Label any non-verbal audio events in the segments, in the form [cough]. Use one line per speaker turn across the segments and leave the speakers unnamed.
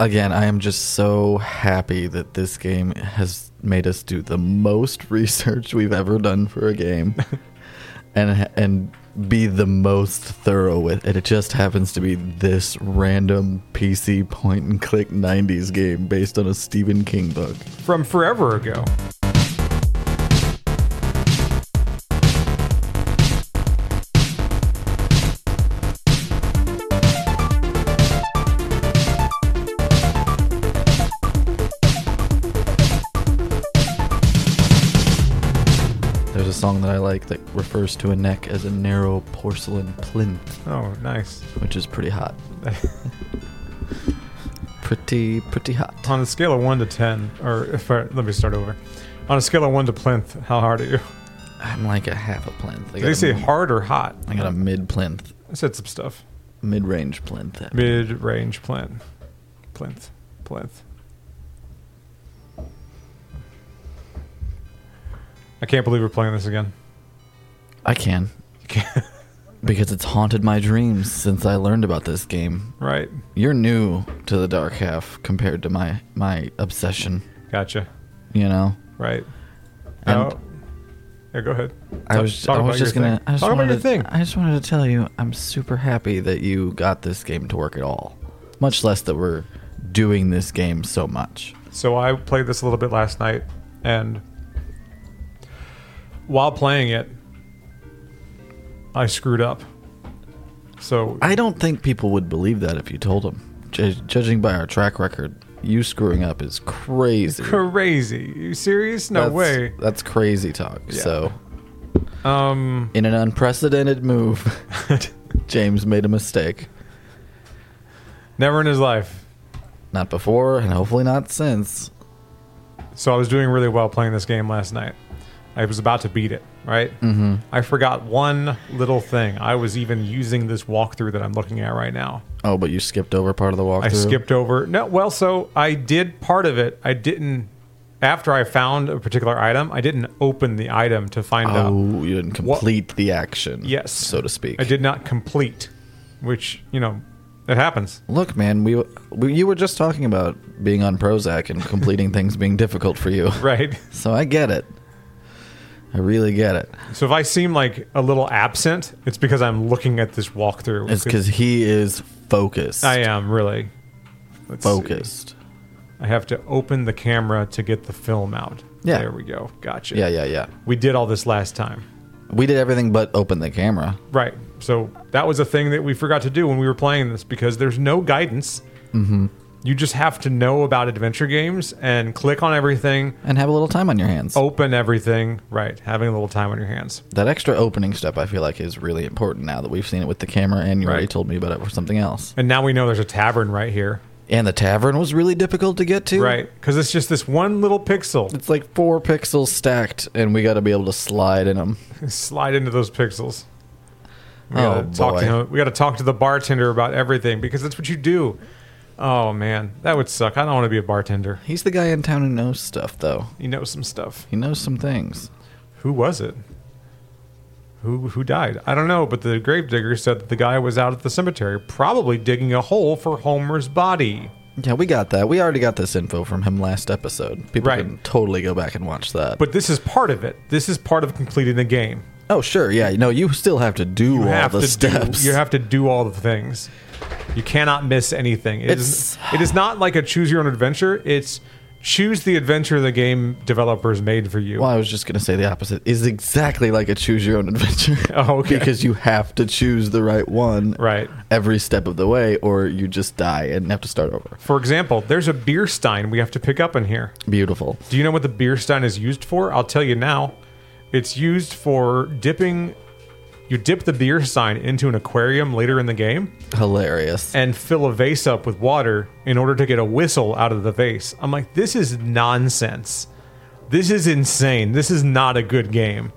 Again, I am just so happy that this game has made us do the most [laughs] research we've ever done for a
[laughs]
game, and and be the most thorough with it. It just happens to be this random PC point and click '90s game based on a Stephen King book.
from forever ago.
There's a song that I like that refers to a neck as a narrow porcelain plinth,
Oh, nice.
which is pretty
[laughs]
hot. Pretty, pretty hot.
On a scale of one to ten, or if I, let me start over. On a scale of one to plinth, how hard are you?
I'm like a half a plinth. I
Did they say
a,
hard or hot?
I got a mid plinth,
I said some stuff.
mid range plinth.
Mid-range plinth, plinth, plinth. I can't believe we're playing this again.
I
[laughs]
can. because it's haunted my dreams since I learned about this game.
Right?
You're new to the dark half compared to my my obsession,
Gotcha.
you know.
Right.
And
Oh. yeah, go ahead.
I
Talk-
was
talk
I was
about
just
your
gonna
thing.
I just
Talk about
wanted
your
to,
thing.
I just wanted to tell you I'm super happy that you got this game to work at all. Much less that we're doing this game so much.
So I played this a little bit last night, and while playing it, I screwed up. So
I don't think people would believe that if you told them. Ju- judging by our track record, you screwing up is crazy.
crazy. You serious? No
That's-
way.
That's crazy talk.
Yeah.
So,
Um,
in an unprecedented
[laughs]
move, James made a mistake.
never in his life.
Not before, and hopefully not since.
So I was doing really well playing this game last night. I was about to beat it, right?
Mhm.
I forgot one little thing. I was even using this walkthrough that I'm looking at right now.
Oh, but you skipped over part of the walkthrough.
I skipped over. No, well, so I did part of it. I didn't. After I found a particular item, I didn't open the item to find out.
Oh, you didn't complete the action.
Yes.
so to speak.
I did not complete, which you know, it happens. [laughs]
Look, man, we, we you were just talking about being on Prozac and
[laughs]
completing things being difficult for you.
Right.
So I get it. I really get it.
So if I seem like a little absent, it's because I'm looking at this walkthrough.
It's because he is focused.
I am really Let's see.
focused.
I have to open the camera to get the film out.
Yeah.
There we go. Gotcha.
Yeah, yeah, yeah.
We did all this last time.
We did everything but open the camera.
Right. So that was a thing that we forgot to do when we were playing this because there's no guidance. Mm-hmm. You just have to know about adventure games and click on everything,
and have a little time on your hands.
open everything. Right. Having a little time on your hands.
That extra opening step, I feel like, is really important now that we've seen it with the camera and you already
Right.
told me about it for something else.
And now we know there's a tavern right here.
And the tavern was really difficult to get to.
Right. Because it's just this one little pixel.
It's like four pixels stacked, and we got to be able to slide in them.
Slide into those pixels. We
Oh,
gotta talk to
boy.
him. We got to talk to the bartender about everything because that's what you do. Oh man, that would suck. I don't want to be a bartender.
He's the guy in town who knows stuff, though.
You know some stuff.
He knows some things.
Who was it? Who who died? I don't know, but the gravedigger said that the guy was out at the cemetery, probably digging a hole for Homer's body.
Yeah, we got that. We already got this info from him last episode. People
Right.
can totally go back and watch that.
But this is part of it. This is part of completing the game.
oh, sure. Yeah. No, you still have to do
You
all
have
the
to
steps.
do. You have to do all the things. You cannot miss anything. It is. It is not like a choose your own adventure. It's choose the adventure the game developers made for you.
Well, I was just going to say the opposite is exactly like a choose your own adventure.
[laughs] Oh, okay.
because you have to choose the right one
Right.
every step of the way, or you just die and have to start over.
For example, there's a beer stein we have to pick up in here.
Beautiful.
Do you know what the beer stein is used for? I'll tell you now. It's used for dipping. You dip the beer stein into an aquarium later in the game
Hilarious.
and fill a vase up with water in order to get a whistle out of the vase. I'm like, this is nonsense. This is insane. This is not a good game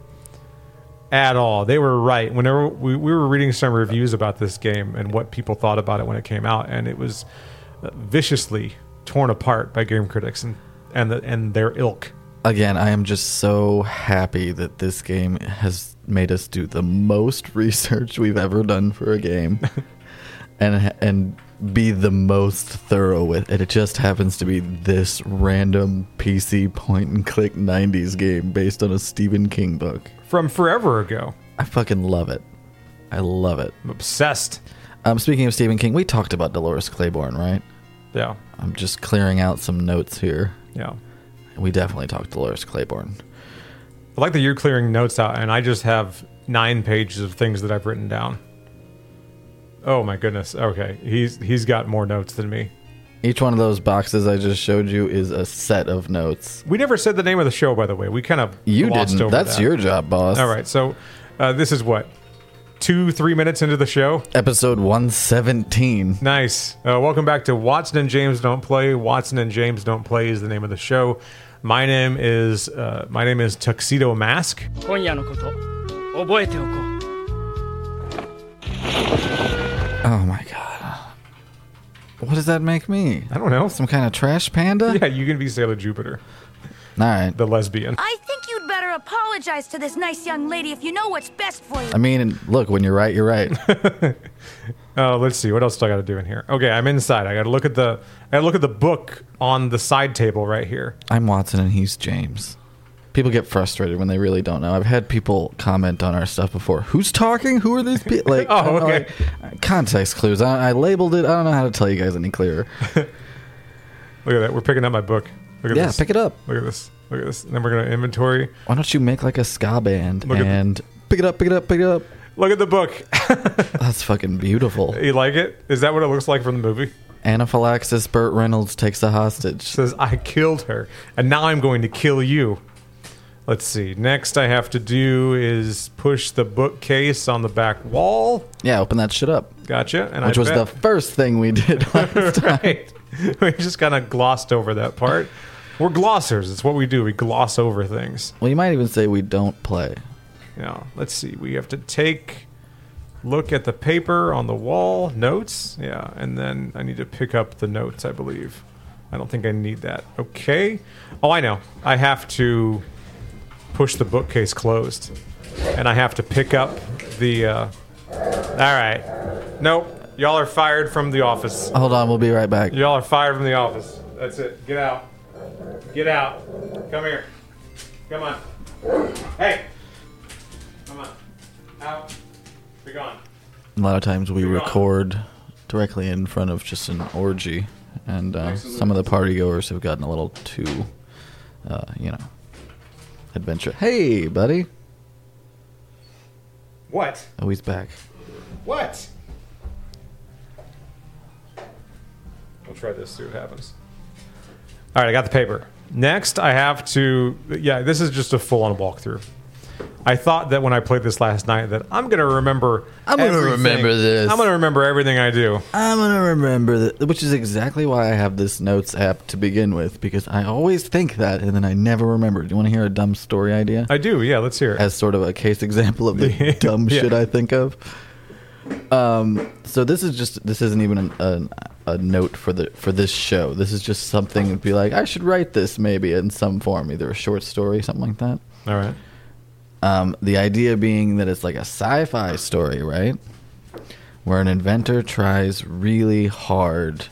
at all. They were right. Whenever we, we were reading some reviews about this game and what people thought about it when it came out, and it was viciously torn apart by game critics and and, the, and their ilk.
Again, I am just so happy that this game has made [laughs]
[laughs]
us do the most research we've ever done for a game. and and be the most thorough with, and it just happens to be this random PC point and click 90s game based on a Stephen King book.
from forever ago.
I fucking love it. I love it.
I'm obsessed.
Um, speaking of Stephen King, we talked about Dolores Claiborne, right?
Yeah,
I'm just clearing out some notes here.
yeah.
We definitely talked Dolores Claiborne.
I like that you're clearing notes out, and I just have nine pages of things that I've written down. Oh my goodness. Okay, he's he's got more notes than me.
Each one of those boxes I just showed you is a set of notes.
We never said the name of the show, by the way. We kind of
You
glossed
didn't.
Over
That's
that.
your job, boss.
All right, so uh, this is what two three minutes into the show.
Episode 117.
Nice. Uh, welcome back to Watson and James Don't Play. Watson and James Don't Play is the name of the show. My name is uh, my name is Tuxedo Mask.
今夜のこと覚えておこう
Oh my god. What does that make me?
I don't know.
Some kind of trash panda?
[laughs] Yeah, you can be Sailor Jupiter,
Alright.
the lesbian.
I think you'd better apologize to this nice young lady if you know what's best for you.
I mean, look, when you're right, you're right.
Uh, let's see what else do I got to do in here. Okay, I'm inside. I got to look at the I got to look at the book on the side table right here.
I'm Watson and he's James. People get frustrated when they really don't know. I've had people comment on our stuff before. Who's talking? Who are these people? Like,
[laughs] Oh,
I don't know,
okay.
like, context clues. I, I labeled it. I don't know how to tell you guys any clearer.
Look at that. We're picking up my book. Look at
yeah,
this.
pick it up.
Look at this. Look at this. And then we're gonna inventory.
Why don't you make like a ska band
Look at-
and pick it up, pick it up, pick it up?
Look at the book. [laughs]
That's fucking beautiful.
you like it? Is that what it looks like from the movie?
Anaphylaxis. Burt Reynolds takes a hostage.
says I killed her, and now I'm going to kill you. Let's see. Next, I have to do is push the bookcase on the back wall.
Yeah, open that shit up.
Gotcha. And
Which
I
was the
bet,
first thing we did. [laughs]
[laughs]
last time.
right. we just kind of glossed over that part. We're glossers. It's what we do. We gloss over things.
well, you might even say we don't play.
Yeah. Let's see. We have to take look at the paper on the wall notes. Yeah, and then I need to pick up the notes. I believe. I don't think I need that. Okay. Oh, I know. I have to push the bookcase closed, and I have to pick up the. Uh... All right. Nope. Y'all are fired from the office.
Hold on, we'll be right back.
Y'all are fired from the office. That's it. Get out. Get out. Come here. Come on. Hey. Come on. Out. Be gone.
A lot of times we record directly in front of just an orgy, and uh, some of the party goers have gotten a little too, uh, you know, adventure. Hey, buddy.
What?
Oh, he's back.
What? We'll try this, see what happens. All right, I got the paper. Next, I have to. Yeah, this is just a full on walkthrough. I thought that when I played this last night that I'm gonna remember.
I'm gonna
everything.
remember this.
I'm gonna remember everything I do.
I'm gonna remember that, which is exactly why I have this notes app to begin with, because I always think that and then I never remember. Do you want to hear a dumb story idea?
I do. Yeah, let's hear it.
as sort of a case example of the dumb
Yeah.
shit I think of. Um, so this is just this isn't even an, an, a note for the for this show. This is just something to be like I should write this maybe in some form, either a short story, something like that.
All right.
Um, the idea being that it's like a sci-fi story, right? Where an inventor tries really hard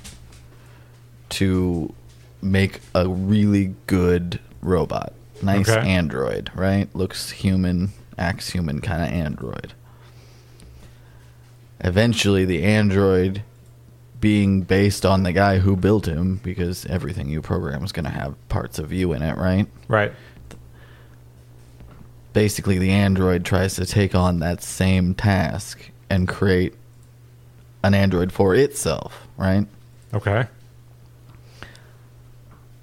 to make a really good robot, nice
Okay.
android, right? Looks human, acts human, kind of android. Eventually, the android being based on the guy who built him, because everything you program is going to have parts of you in it, right?
Right.
basically the android tries to take on that same task and create an android for itself right
Okay.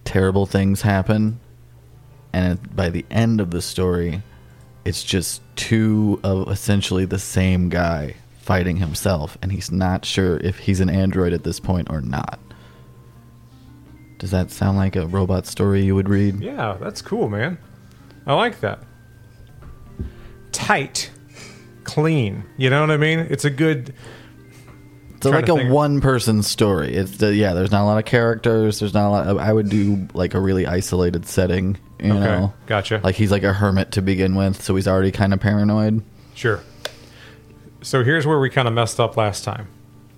terrible things happen and it- by the end of the story it's just two of essentially the same guy fighting himself and he's not sure if he's an android at this point or not does that sound like a robot story you would read
Yeah, that's cool, man. I like that. Tight, clean. You know what I mean? It's a good.
It's
Trying
like
to
a
think.
one person story. It's the, yeah. There's not a lot of characters. There's not a lot. Of, I would do like a really isolated setting. You
Okay,
know,
gotcha.
Like he's like a hermit to begin with, so he's already kind of paranoid.
Sure. So here's where we kind of messed up last time.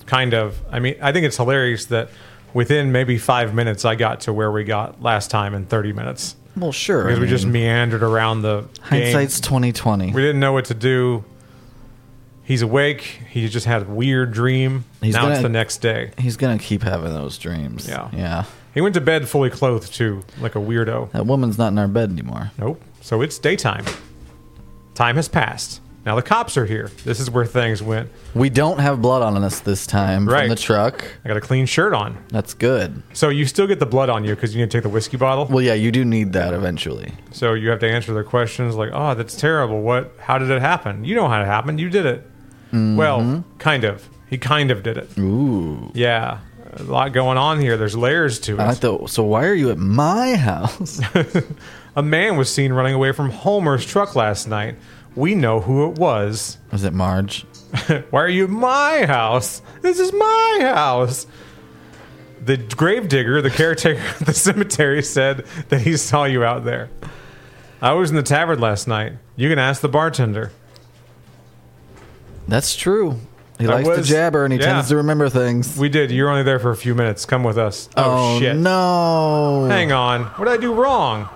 kind of. I mean, I think it's hilarious that within maybe five minutes, I got to where we got last time in 30 minutes
Well, sure.
because
I
we just
mean,
meandered around the game.
hindsight's twenty twenty.
We didn't know what to do. He's awake. He just had a weird dream.
He's
now it's
gonna-
the next day.
He's gonna keep having those dreams.
Yeah.
yeah.
He went to bed fully clothed too, like a weirdo.
That woman's not in our bed anymore.
Nope. So it's daytime. Time has passed. Now the cops are here. This is where things went.
We don't have blood on us this time
Right.
from the truck.
I got a clean shirt on.
That's good.
So you still get the blood on you because you need to take the whiskey bottle.
Well, yeah, you do need that eventually.
So you have to answer their questions like, "Oh, that's terrible. What? How did it happen? You know how it happened. You did it." Well, kind of. He kind of did it.
Ooh.
Yeah, a lot going on here. There's layers to it.
I like the. So why are you at my [laughs] house?
a man was seen running away from Homer's truck last night. We know who it was.
Is it Marge?
Why are you at my house? This is my house. The gravedigger, the caretaker of the [laughs] cemetery, said that he saw you out there. I was in the tavern last night. You can ask the bartender.
That's true. He
I
likes to
was-
jabber and he
yeah.
tends to remember things.
We did. You were only there for a few minutes. Come with us. Oh, shit.
no!
Hang on. What did I do wrong?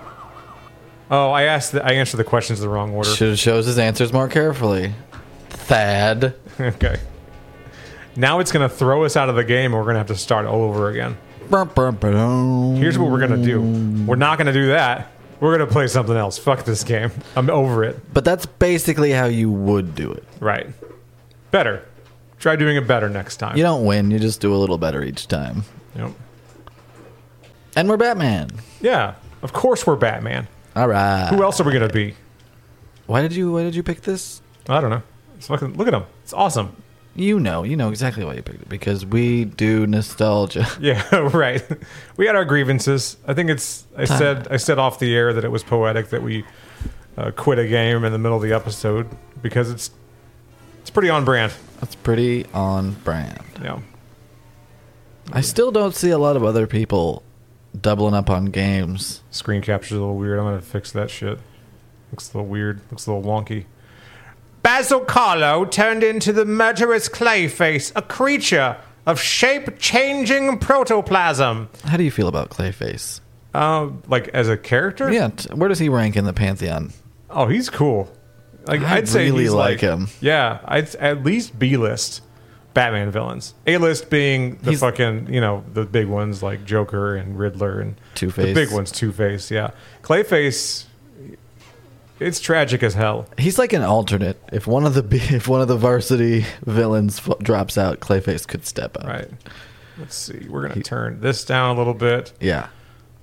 Oh, I asked. The, I answered the questions in the wrong order.
Should have chose his answers more carefully. Thad.
[laughs] okay. Now it's gonna throw us out of the game. and We're gonna have to start all over again.
Brum, brum, ba-dum.
Here's what we're gonna do. We're not gonna do that. We're gonna play something else. Fuck this game. I'm over it.
But that's basically how you would do it.
Right. Better. Try doing it better next time.
You don't win. You just do a little better each time.
Yep.
And we're Batman.
Yeah. Of course we're Batman.
All right.
Who else are we gonna be?
Why did you? Why did you pick this?
I don't know. It's fucking, look at him. It's awesome. [laughs]
You know. You know exactly why you picked it because we do nostalgia. [laughs]
Yeah, right. We had our grievances. I think it's. I said. I said off the air that it was poetic that we uh, quit a game in the middle of the episode because it's it's pretty on brand.
That's pretty on brand.
Yeah.
I still don't see a lot of other people doubling up on games.
Screen capture's a little weird. I'm gonna fix that shit. Looks a little weird. Looks a little wonky. Basil Carlo turned into the murderous Clayface, a creature of shape-changing protoplasm.
How do you feel about Clayface?
Uh, like as a character?
Yeah, t- where does he rank in the pantheon?
Oh, he's cool. Like
I
I'd say
really
he's
like him.
Yeah, I'd at least B list Batman villains. A list being the
He's-
fucking you know the big ones like Joker and Riddler and
Two-Face.
The big ones, Two Face. Yeah, Clayface. It's tragic as hell.
He's like an alternate. If one of the b- [laughs] if one of the varsity villains f- drops out, Clayface could step up.
Right. Let's see. We're gonna turn this down a little bit.
Yeah.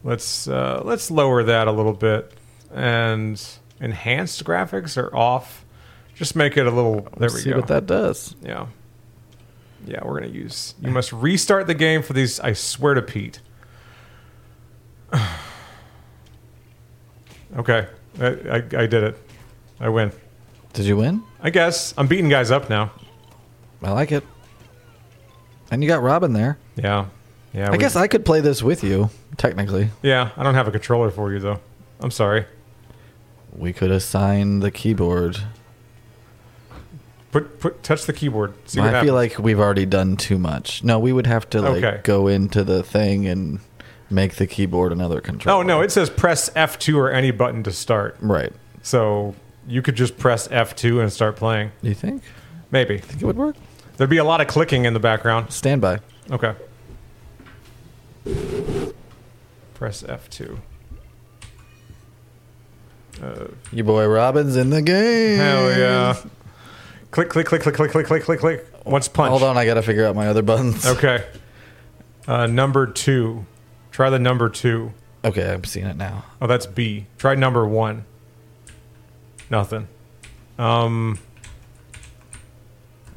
Let's uh, let's lower that a little bit and enhanced graphics are off. Just make it a little. There we
See
go.
what that does.
Yeah. Yeah, we're gonna use. You must restart the game for these. I swear to Pete. [sighs] okay, I, I, I did it. I win.
Did you win?
I guess I'm beating guys up now.
I like it. And you got Robin there.
Yeah, yeah.
I guess I could play this with you. Technically,
yeah, I don't have a controller for you though. I'm sorry.
we could assign the keyboard.
Put put touch the keyboard. See what
I feel
happens.
like we've already done too much. No, we would have to like
Okay.
go into the thing and make the keyboard another controller.
Oh no, it says press F2 or any button to start.
right.
So you could just press F2 and start playing.
Do you think?
Maybe
Think it would work?
there'd be a lot of clicking in the background.
Standby.
Okay. Press F2.
Your boy Robin's in the game.
Hell yeah. Click, click, click, click, click, click, click, click, click. Once punch.
Hold on, I gotta figure out my other buttons.
Okay. Uh, number two. Try the number two.
Okay, I'm seeing it now.
Oh, that's B. Try number one. Nothing. Um,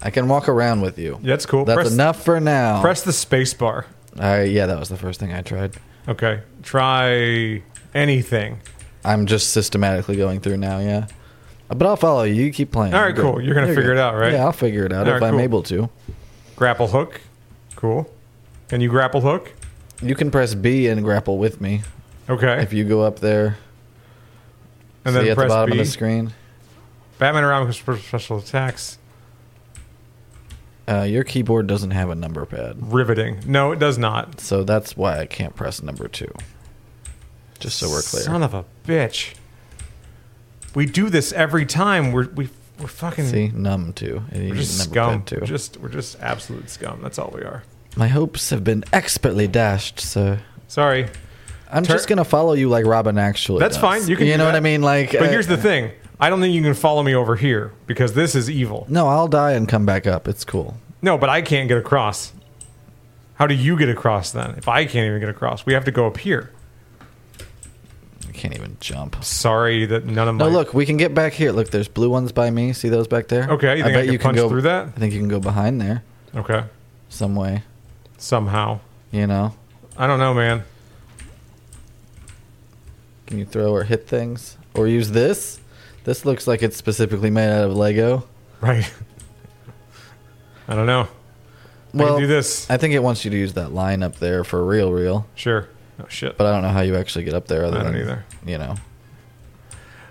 I can walk around with you.
yeah, that's cool.
That's
press,
enough for now.
Press the space bar.
I, yeah, that was the first thing I tried.
Okay. Try anything.
I'm just systematically going through now, yeah. Uh, But I'll follow you. You keep playing.
All right, cool. You're gonna figure it out, right?
Yeah, I'll figure it out
All
if
right,
I'm
cool.
able to.
Grapple hook. Cool. Can you grapple hook?
You can press B and grapple with me
Okay.
if you go up there.
and
see
then
at
press
the bottom
B.
of the screen.
Batman around with special attacks.
Uh, your keyboard doesn't have a number pad,
Riveting. No, it does not.
so that's why I can't press number two. Just so we're clear.
Son of a bitch. We do this every time. We're we, we're fucking
See, numb two. And you
Hmm. we're
need
just
a number
scum.
pad
We're
too.
just we're just absolute scum. That's all we are.
My hopes have been expertly dashed, sir.
Sorry.
I'm
Tur-
just gonna follow you like Robin actually.
That's
does.
fine. You can.
You
do
know what
that.
I mean? Like,
but
uh,
here's the thing. I don't think you can follow me over here because this is evil.
No, I'll die and come back up. It's cool.
No, but I can't get across. How do you get across then? If I can't even get across, we have to go up here.
I can't even jump.
Sorry that none of my.
No, look, we can get back here. Look, there's blue ones by me. See those back there?
Okay, you think I can punch
go
through that?
I think you can go behind there
Okay.
some way.
Somehow.
You know,
I don't know, man. [laughs]
can you throw or hit things or use this? This looks like it's specifically made out of Lego.
Right. I don't know.
Well,
do this.
I think it wants you to use that line up there for real, real.
Sure. Oh shit.
But I don't know how you actually get up there. Other
I don't
than,
either.
You know,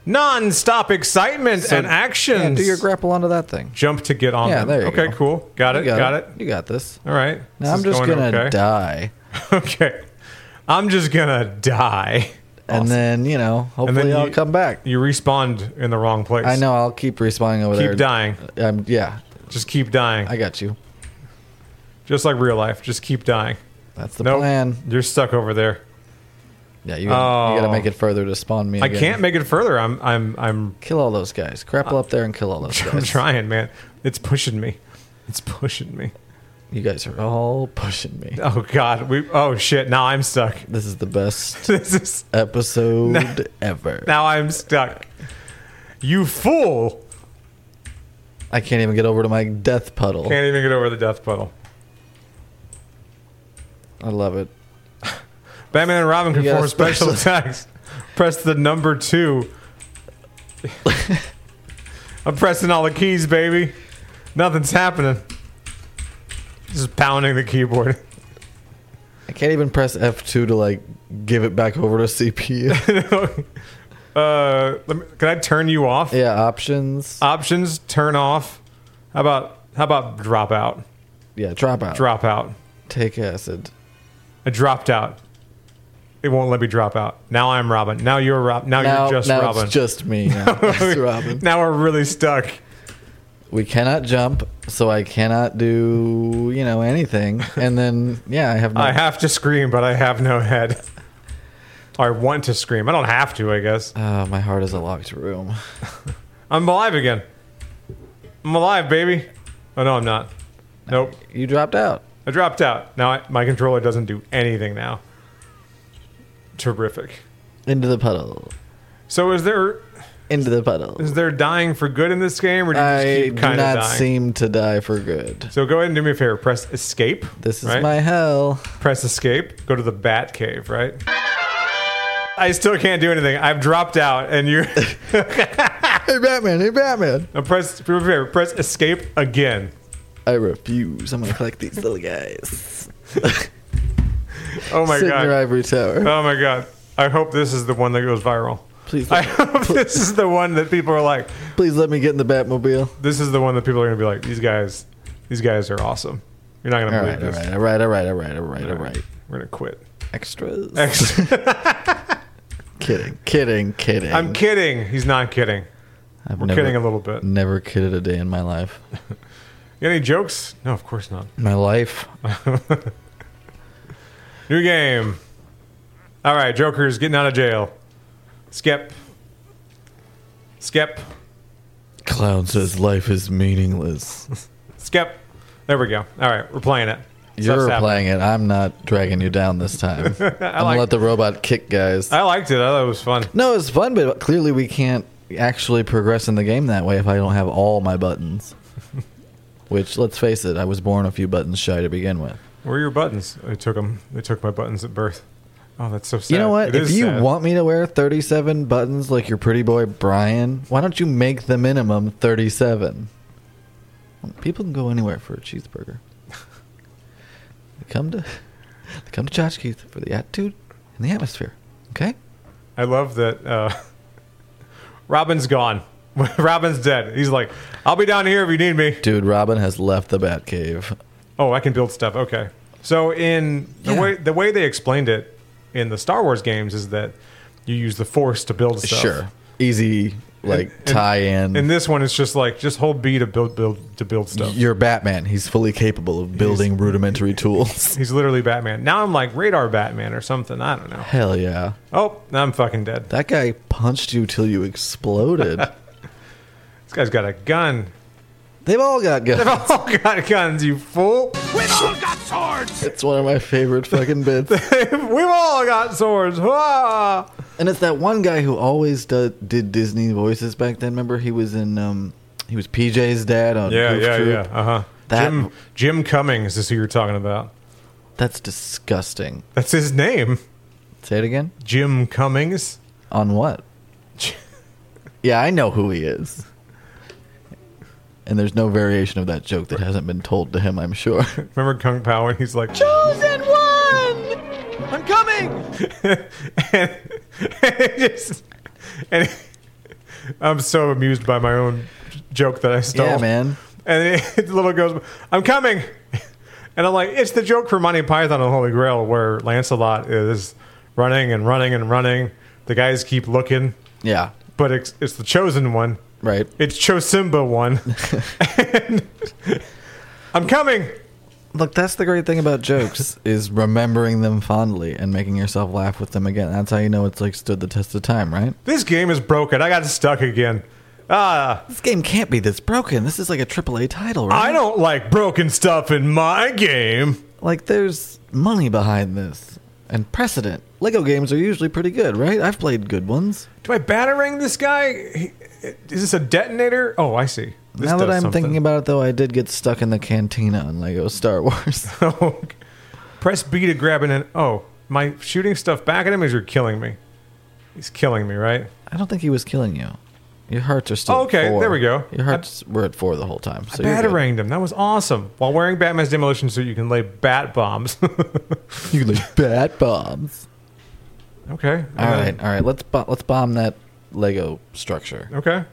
Non-stop excitement
So-
and action.
Yeah, do your grapple onto that thing.
Jump to get on.
Yeah,
them.
there you
okay,
go.
cool. Got
You
it. Got it.
You got this.
All right.
Now
This
I'm
is
just
going
gonna
okay.
die,
[laughs] okay. I'm just gonna die.
and then you know, hopefully
then
I'll
you-
come back.
You respawned in the wrong place.
I know I'll keep respawning over there.
Keep dying.
Um, yeah,
Just keep dying.
I got you.
just like real life. Just keep dying.
That's the
Nope.
plan.
You're stuck over there.
Yeah, you gotta, you
Oh.
gotta make it further to spawn me.
I
again.
can't make it further. I'm I'm I'm [laughs]
kill all those guys. Crapple up there and kill all those
I'm
guys.
trying, man. It's pushing me. It's pushing me.
You guys are all pushing me.
Oh god. We oh shit. Now I'm stuck. [laughs]
This is the best
This is
episode ever.
now I'm stuck. You fool.
I can't even get over to my death puddle.
Can't even get over the death puddle.
I love it.
Batman and Robin
You got a
perform special
special-
attacks. Press the number
[laughs]
two. I'm pressing all the keys, baby. Nothing's happening. Just pounding the keyboard. [laughs]
I can't even press F2 to like give it back over to [laughs] CPU.
Uh, let me, can I turn you off?
yeah, options.
Uh, Options, turn off. How about how about drop out?
Yeah, drop out.
Drop out.
Take acid.
I dropped out. It won't let me drop out. Now I'm Robin. Now you're Rob. Now,
Now,
Oh, you're just
now
Robin.
it's just
[laughs]
me. Now, it's Robin.
Now we're really stuck.
we cannot jump, so I cannot do you know anything. And then yeah, I have no.
[laughs] I have to scream, but I have no head. [laughs] I want to scream. I don't have to, I guess.
Uh, [sighs] my heart is a locked room.
I'm alive again. I'm alive, baby. Oh, no, I'm not. Nope.
You dropped out.
I dropped out. Now I, my controller doesn't do anything now. Terrific.
Into the puddle.
So is there
Into the puddle.
is there dying for good in this game, or do you just
I do
keep kind of
not
dying?
seem to die for good.
so go ahead and do me a favor. Press escape.
This is
right?
my hell.
press escape. Go to the bat cave. Right. I still can't do anything. I've dropped out,
[laughs]
and you're.
Hey Batman, hey Batman.
Now press do me a favor, press escape again.
I refuse. I'm gonna collect these little guys. [laughs]
Oh my
Sit in your
god.
ivory tower.
Oh my god. I hope this is the one that goes viral.
Please
I
let,
hope this is the one that people are like.
please let me get in the Batmobile.
This is the one that people are gonna be like. These guys, these guys are awesome. You're not gonna
All
believe
right, all
this.
right, all right, all right, all right, all right, all right.
We're gonna quit.
Extras.
Ex-
kidding, kidding, kidding. [laughs]
I'm kidding. He's not kidding.
I've
We're
never-
kidding a little bit. You
Never kidded a day in my life.
got any jokes? No, of course not.
My life.
New game. All right, Joker's getting out of jail. Skip. Skip.
Clown says life is
[laughs]
meaningless.
Skip. There we go. All right, we're playing it.
You're
Stuff's happening.
playing it. I'm not dragging you down
[laughs]
this time. I'm
like-
gonna let the robot kick guys.
I liked it. I thought it was fun.
no, it's fun, but clearly we can't actually progress in the game that way if I don't have all my
[laughs]
buttons. Which, let's face it, I was born a few buttons shy to begin with.
Where are your buttons? They took them. They took my buttons at birth. Oh, that's so sad.
You know what?
It
If
is
you
sad.
want me to wear 37 buttons like your pretty boy Brian, why don't you make the minimum 37? People can go anywhere for a cheeseburger. they come to they come to Tchotchkes for the attitude and the atmosphere. Okay?
I love that. Uh, [laughs] Robin's gone. [laughs] Robin's dead. He's like, I'll be down here if you need me.
Dude, Robin has left the Batcave.
Oh, I can build stuff. Okay. So in the
Yeah.
way the way they explained it in the Star Wars games is that you use the Force to build stuff.
Sure. Easy like
and-
tie in.
In this one, it's just like just hold B to build build to build stuff.
You're Batman. He's fully capable of building rudimentary
[laughs]
tools.
He's literally Batman. Now I'm like radar Batman or something. I don't know.
Hell yeah.
Oh, now I'm fucking dead.
That guy punched you till you
[laughs]
exploded.
This guy's got a gun. [laughs]
They've all got guns.
Oh, got guns, you fool. [laughs]
It's one of my favorite fucking
[laughs]
bits.
We've all got swords. [laughs] Ah. Hurrah!
And it's that one guy who always do, did Disney voices back then. Remember, he was in um, he was PJ's dad on
Yeah,
Goof
yeah,
Troop.
yeah. Uh huh.
That-
Jim Jim Cummings is who you're talking about.
That's disgusting.
That's his name,
Say it again.
Jim Cummings.
On what? [laughs] Yeah, I know who he is. And there's no variation of that joke that hasn't been told to him. I'm sure.
Remember Kung Pao when he's like,
Chosen one! I'm coming!
and, and just, and I'm so amused by my own joke that I stole.
yeah, man.
And it, [laughs] the little goes, I'm coming. And I'm like, it's the joke from Monty Python and the Holy Grail where Lancelot is running and running and running. The guys keep looking,
Yeah.
but it's, it's the chosen one.
Right.
It's Chosimba
[laughs]
one. [laughs] And I'm coming.
Look, that's the great thing about
[laughs]
jokes is remembering them fondly and making yourself laugh with them again. That's how you know it's like stood the test of time, right?
This game is broken. I got stuck again. Ah,
This game can't be this broken. This is like a AAA title, right?
I don't like broken stuff in my game.
Like, there's money behind this and precedent. Lego games are usually pretty good, right? I've played good ones.
Do I batarang this guy? He, is this a detonator? Oh, I see. This
now that
does
I'm
something. [laughs]
thinking about it, though, I did get stuck in the cantina on Lego Star
[laughs]
Wars.
Oh, press B to grab an. Oh, my shooting stuff back at him is you're killing me. He's killing me, right?
I don't think he was killing you. Your hearts are still
Oh, okay,
at four.
there we go.
Your hearts were at four the whole time. So you're good.
Bataranged him. That was awesome. While wearing Batman's demolition suit, you can lay bat bombs. [laughs]
You like bat bombs.
okay.
All right, all right. Let's bo- let's bomb that Lego structure.
Okay.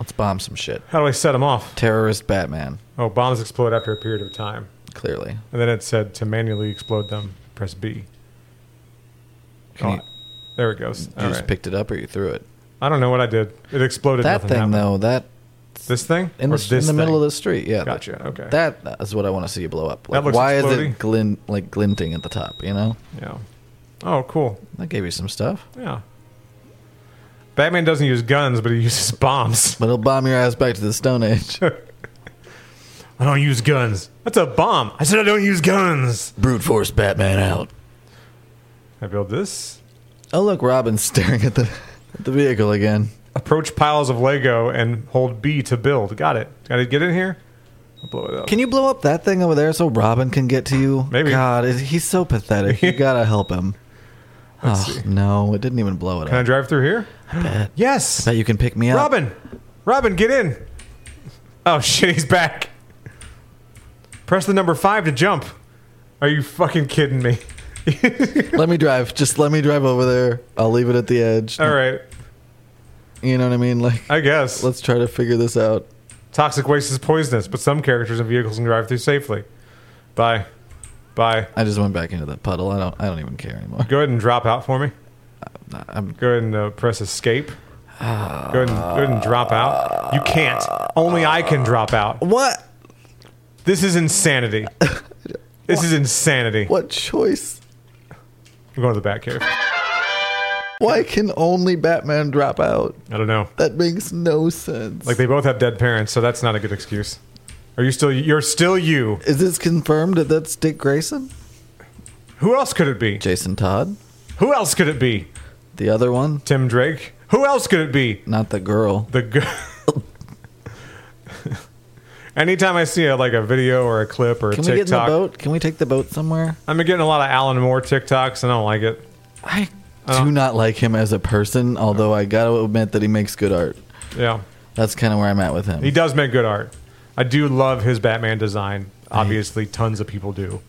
Let's bomb some shit.
How do I set him off?
Terrorist Batman,
Oh, bombs explode after a period of time.
clearly.
And then it said to manually explode them, press B.
Can
Oh,
you-
there it goes.
You
All
just
right.
picked it up or you threw it.
I don't know what I did. It exploded.
That
nothing
thing
happened.
though, that
This thing?
in
Or
the, in
this
the middle of
thing?
the street, yeah.
Gotcha, okay.
That that is what I want to see you blow up.
That
Like,
looks
why is
explodey.
it glint like glinting at the top? You know,
Yeah. Oh, cool.
that gave you some stuff,
Yeah. Batman doesn't use guns, but he uses [laughs] bombs.
but it'll bomb your ass back to the Stone
[laughs]
Age.
I don't use guns. That's a bomb. I said I don't use guns.
Brute force Batman out.
I build this.
Oh look, Robin's staring at the at the vehicle again.
Approach piles of Lego and hold B to build. Got it. Got to get in here. I'll blow it up.
Can you blow up that thing over there so Robin can get to you?
Maybe.
God, is, he's so pathetic.
[laughs]
You gotta help him.
Let's
oh
see.
no, it didn't even blow it
Can I
up.
drive through here?
Bet.
Yes.
Bet you can pick me up.
Robin. Robin, get in. Oh [laughs] shit, he's back. Press the number five to jump. Are you fucking kidding me? [laughs]
Let me drive. Just let me drive over there. I'll leave it at the edge.
All right.
You know what I mean? Like,
I guess.
let's try to figure this out.
Toxic waste is poisonous, but some characters and vehicles can drive through safely. Bye. Bye.
I just went back into that puddle. I don't. I don't even care anymore.
Go ahead and drop out for me.
I'm-
Go ahead and uh, press escape. Go ahead, and, go ahead and drop out. You can't. Only I can drop out.
What?
This
[laughs]
is insanity. This is insanity.
What choice?
I'm going to the Batcave.
Why can only Batman drop out?
I don't know.
That makes no sense.
Like they both have dead parents, so that's not a good excuse. Are you still? You're still you.
is this confirmed that that's Dick Grayson?
Who else could it be?
Jason Todd?
Who else could it be?
The other one?
Tim Drake. Who else could it be?
Not the girl.
the g- [laughs] anytime i see a, like a video or a clip or a
Can we get in the
tiktok
boat? Can we take the boat somewhere?
i've been getting a lot of alan moore tiktoks and i don't like it
I do not like him as a person, although I gotta admit that he makes good art.
yeah
That's kind of where I'm at with him.
he does make good art i do love his batman design obviously tons of people do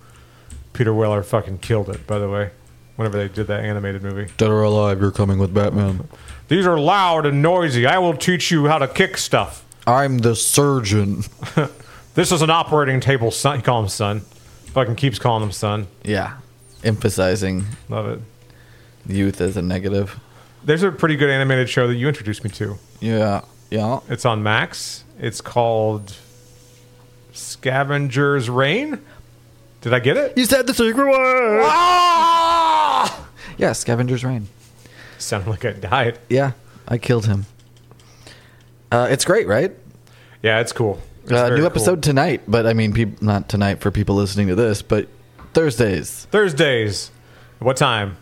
peter weller fucking killed it by the way Whenever they did that animated movie.
Dead or alive, you're coming with Batman.
These are loud and noisy. I will teach you how to kick stuff.
I'm the surgeon.
This is an operating table, son. He calls him son. Fucking keeps calling him son.
[laughs] Yeah, emphasizing
Love it.
youth as a negative.
There's a pretty good animated show that you introduced me to.
Yeah, yeah.
It's on Max. It's called Scavenger's Reign. Did I get it?
You said the secret word.
Ah!
Yeah, scavenger's reign.
Sounded like I died.
Yeah, I killed him. Uh, it's great, right?
Yeah, it's cool. It's
uh, new
very cool.
episode tonight, but I mean, peop not tonight for people listening to this, but Thursdays,
Thursdays. What time?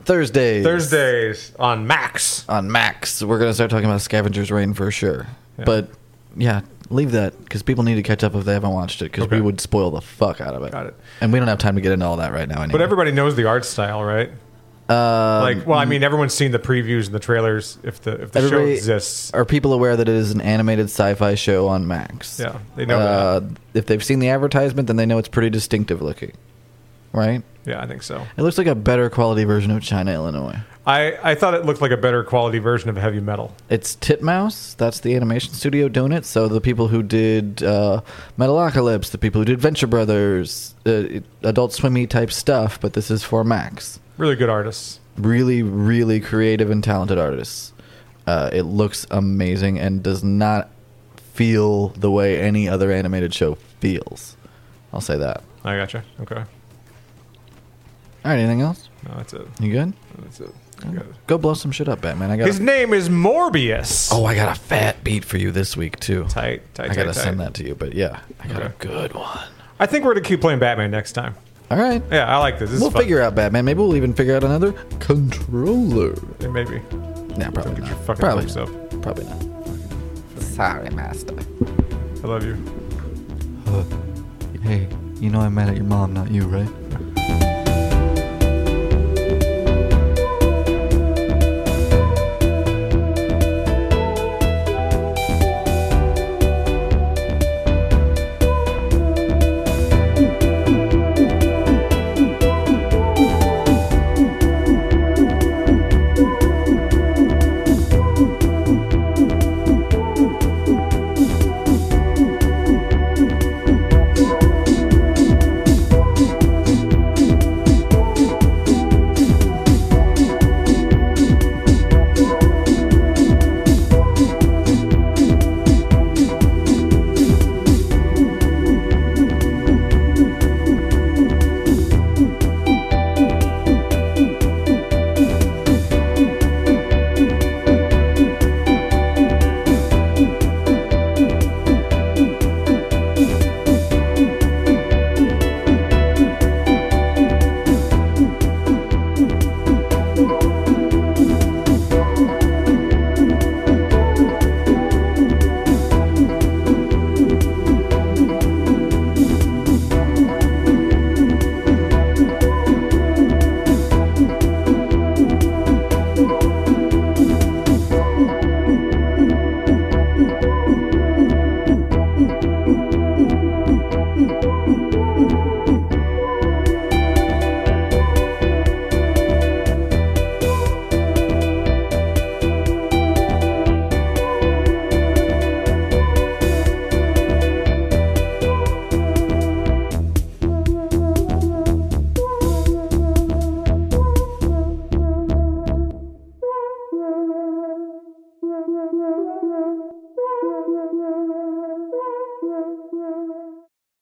Thursdays,
Thursdays on Max.
on Max. We're gonna start talking about Scavenger's Reign for sure. But yeah, leave that because people need to catch up if they haven't watched it because
Okay.
we would spoil the fuck out of it.
Got it.
And we don't have time to get into all that right now. Anyway.
But everybody knows the art style, right?
Um,
Uh, like, well, I mean, everyone's seen the previews and the trailers. If the if the show
Everybody-
exists,
Are people aware that it is an animated sci-fi show on Max?
Yeah, they know
Uh, if they've seen the advertisement, then they know it's pretty distinctive looking, right?
yeah, I think so.
It looks like a better quality version of China, Illinois.
I I thought it looked like a better quality version of heavy metal.
It's Titmouse. That's the animation studio doing it. So the people who did uh, Metalocalypse, the people who did Venture Brothers, uh, it- Adult Swimmy type stuff. But this is for Max.
Really good artists.
Really, really creative and talented artists. Uh, it looks amazing and does not feel the way any other animated show feels. I'll say that.
I gotcha. Okay,
All right. Anything else?
no, that's it.
You good?
That's it. Good.
Go blow some shit up, Batman. I got.
His
A,
name is Morbius.
oh, I got a fat beat for you this week too.
tight, tight,
I
tight,
gotta
tight.
send that to you, but yeah, I got a
Okay.
good one.
I think we're gonna keep playing Batman next time.
All right,
Yeah, I like this. this
we'll
is fun.
figure out Batman. Maybe we'll even figure out another controller.
Yeah, Maybe.
Nah, probably
Get your
not.
fucking
Probably,
hopes up.
probably not. Sorry, master.
I love you.
Hey, you know I'm mad at your mom, not you, right?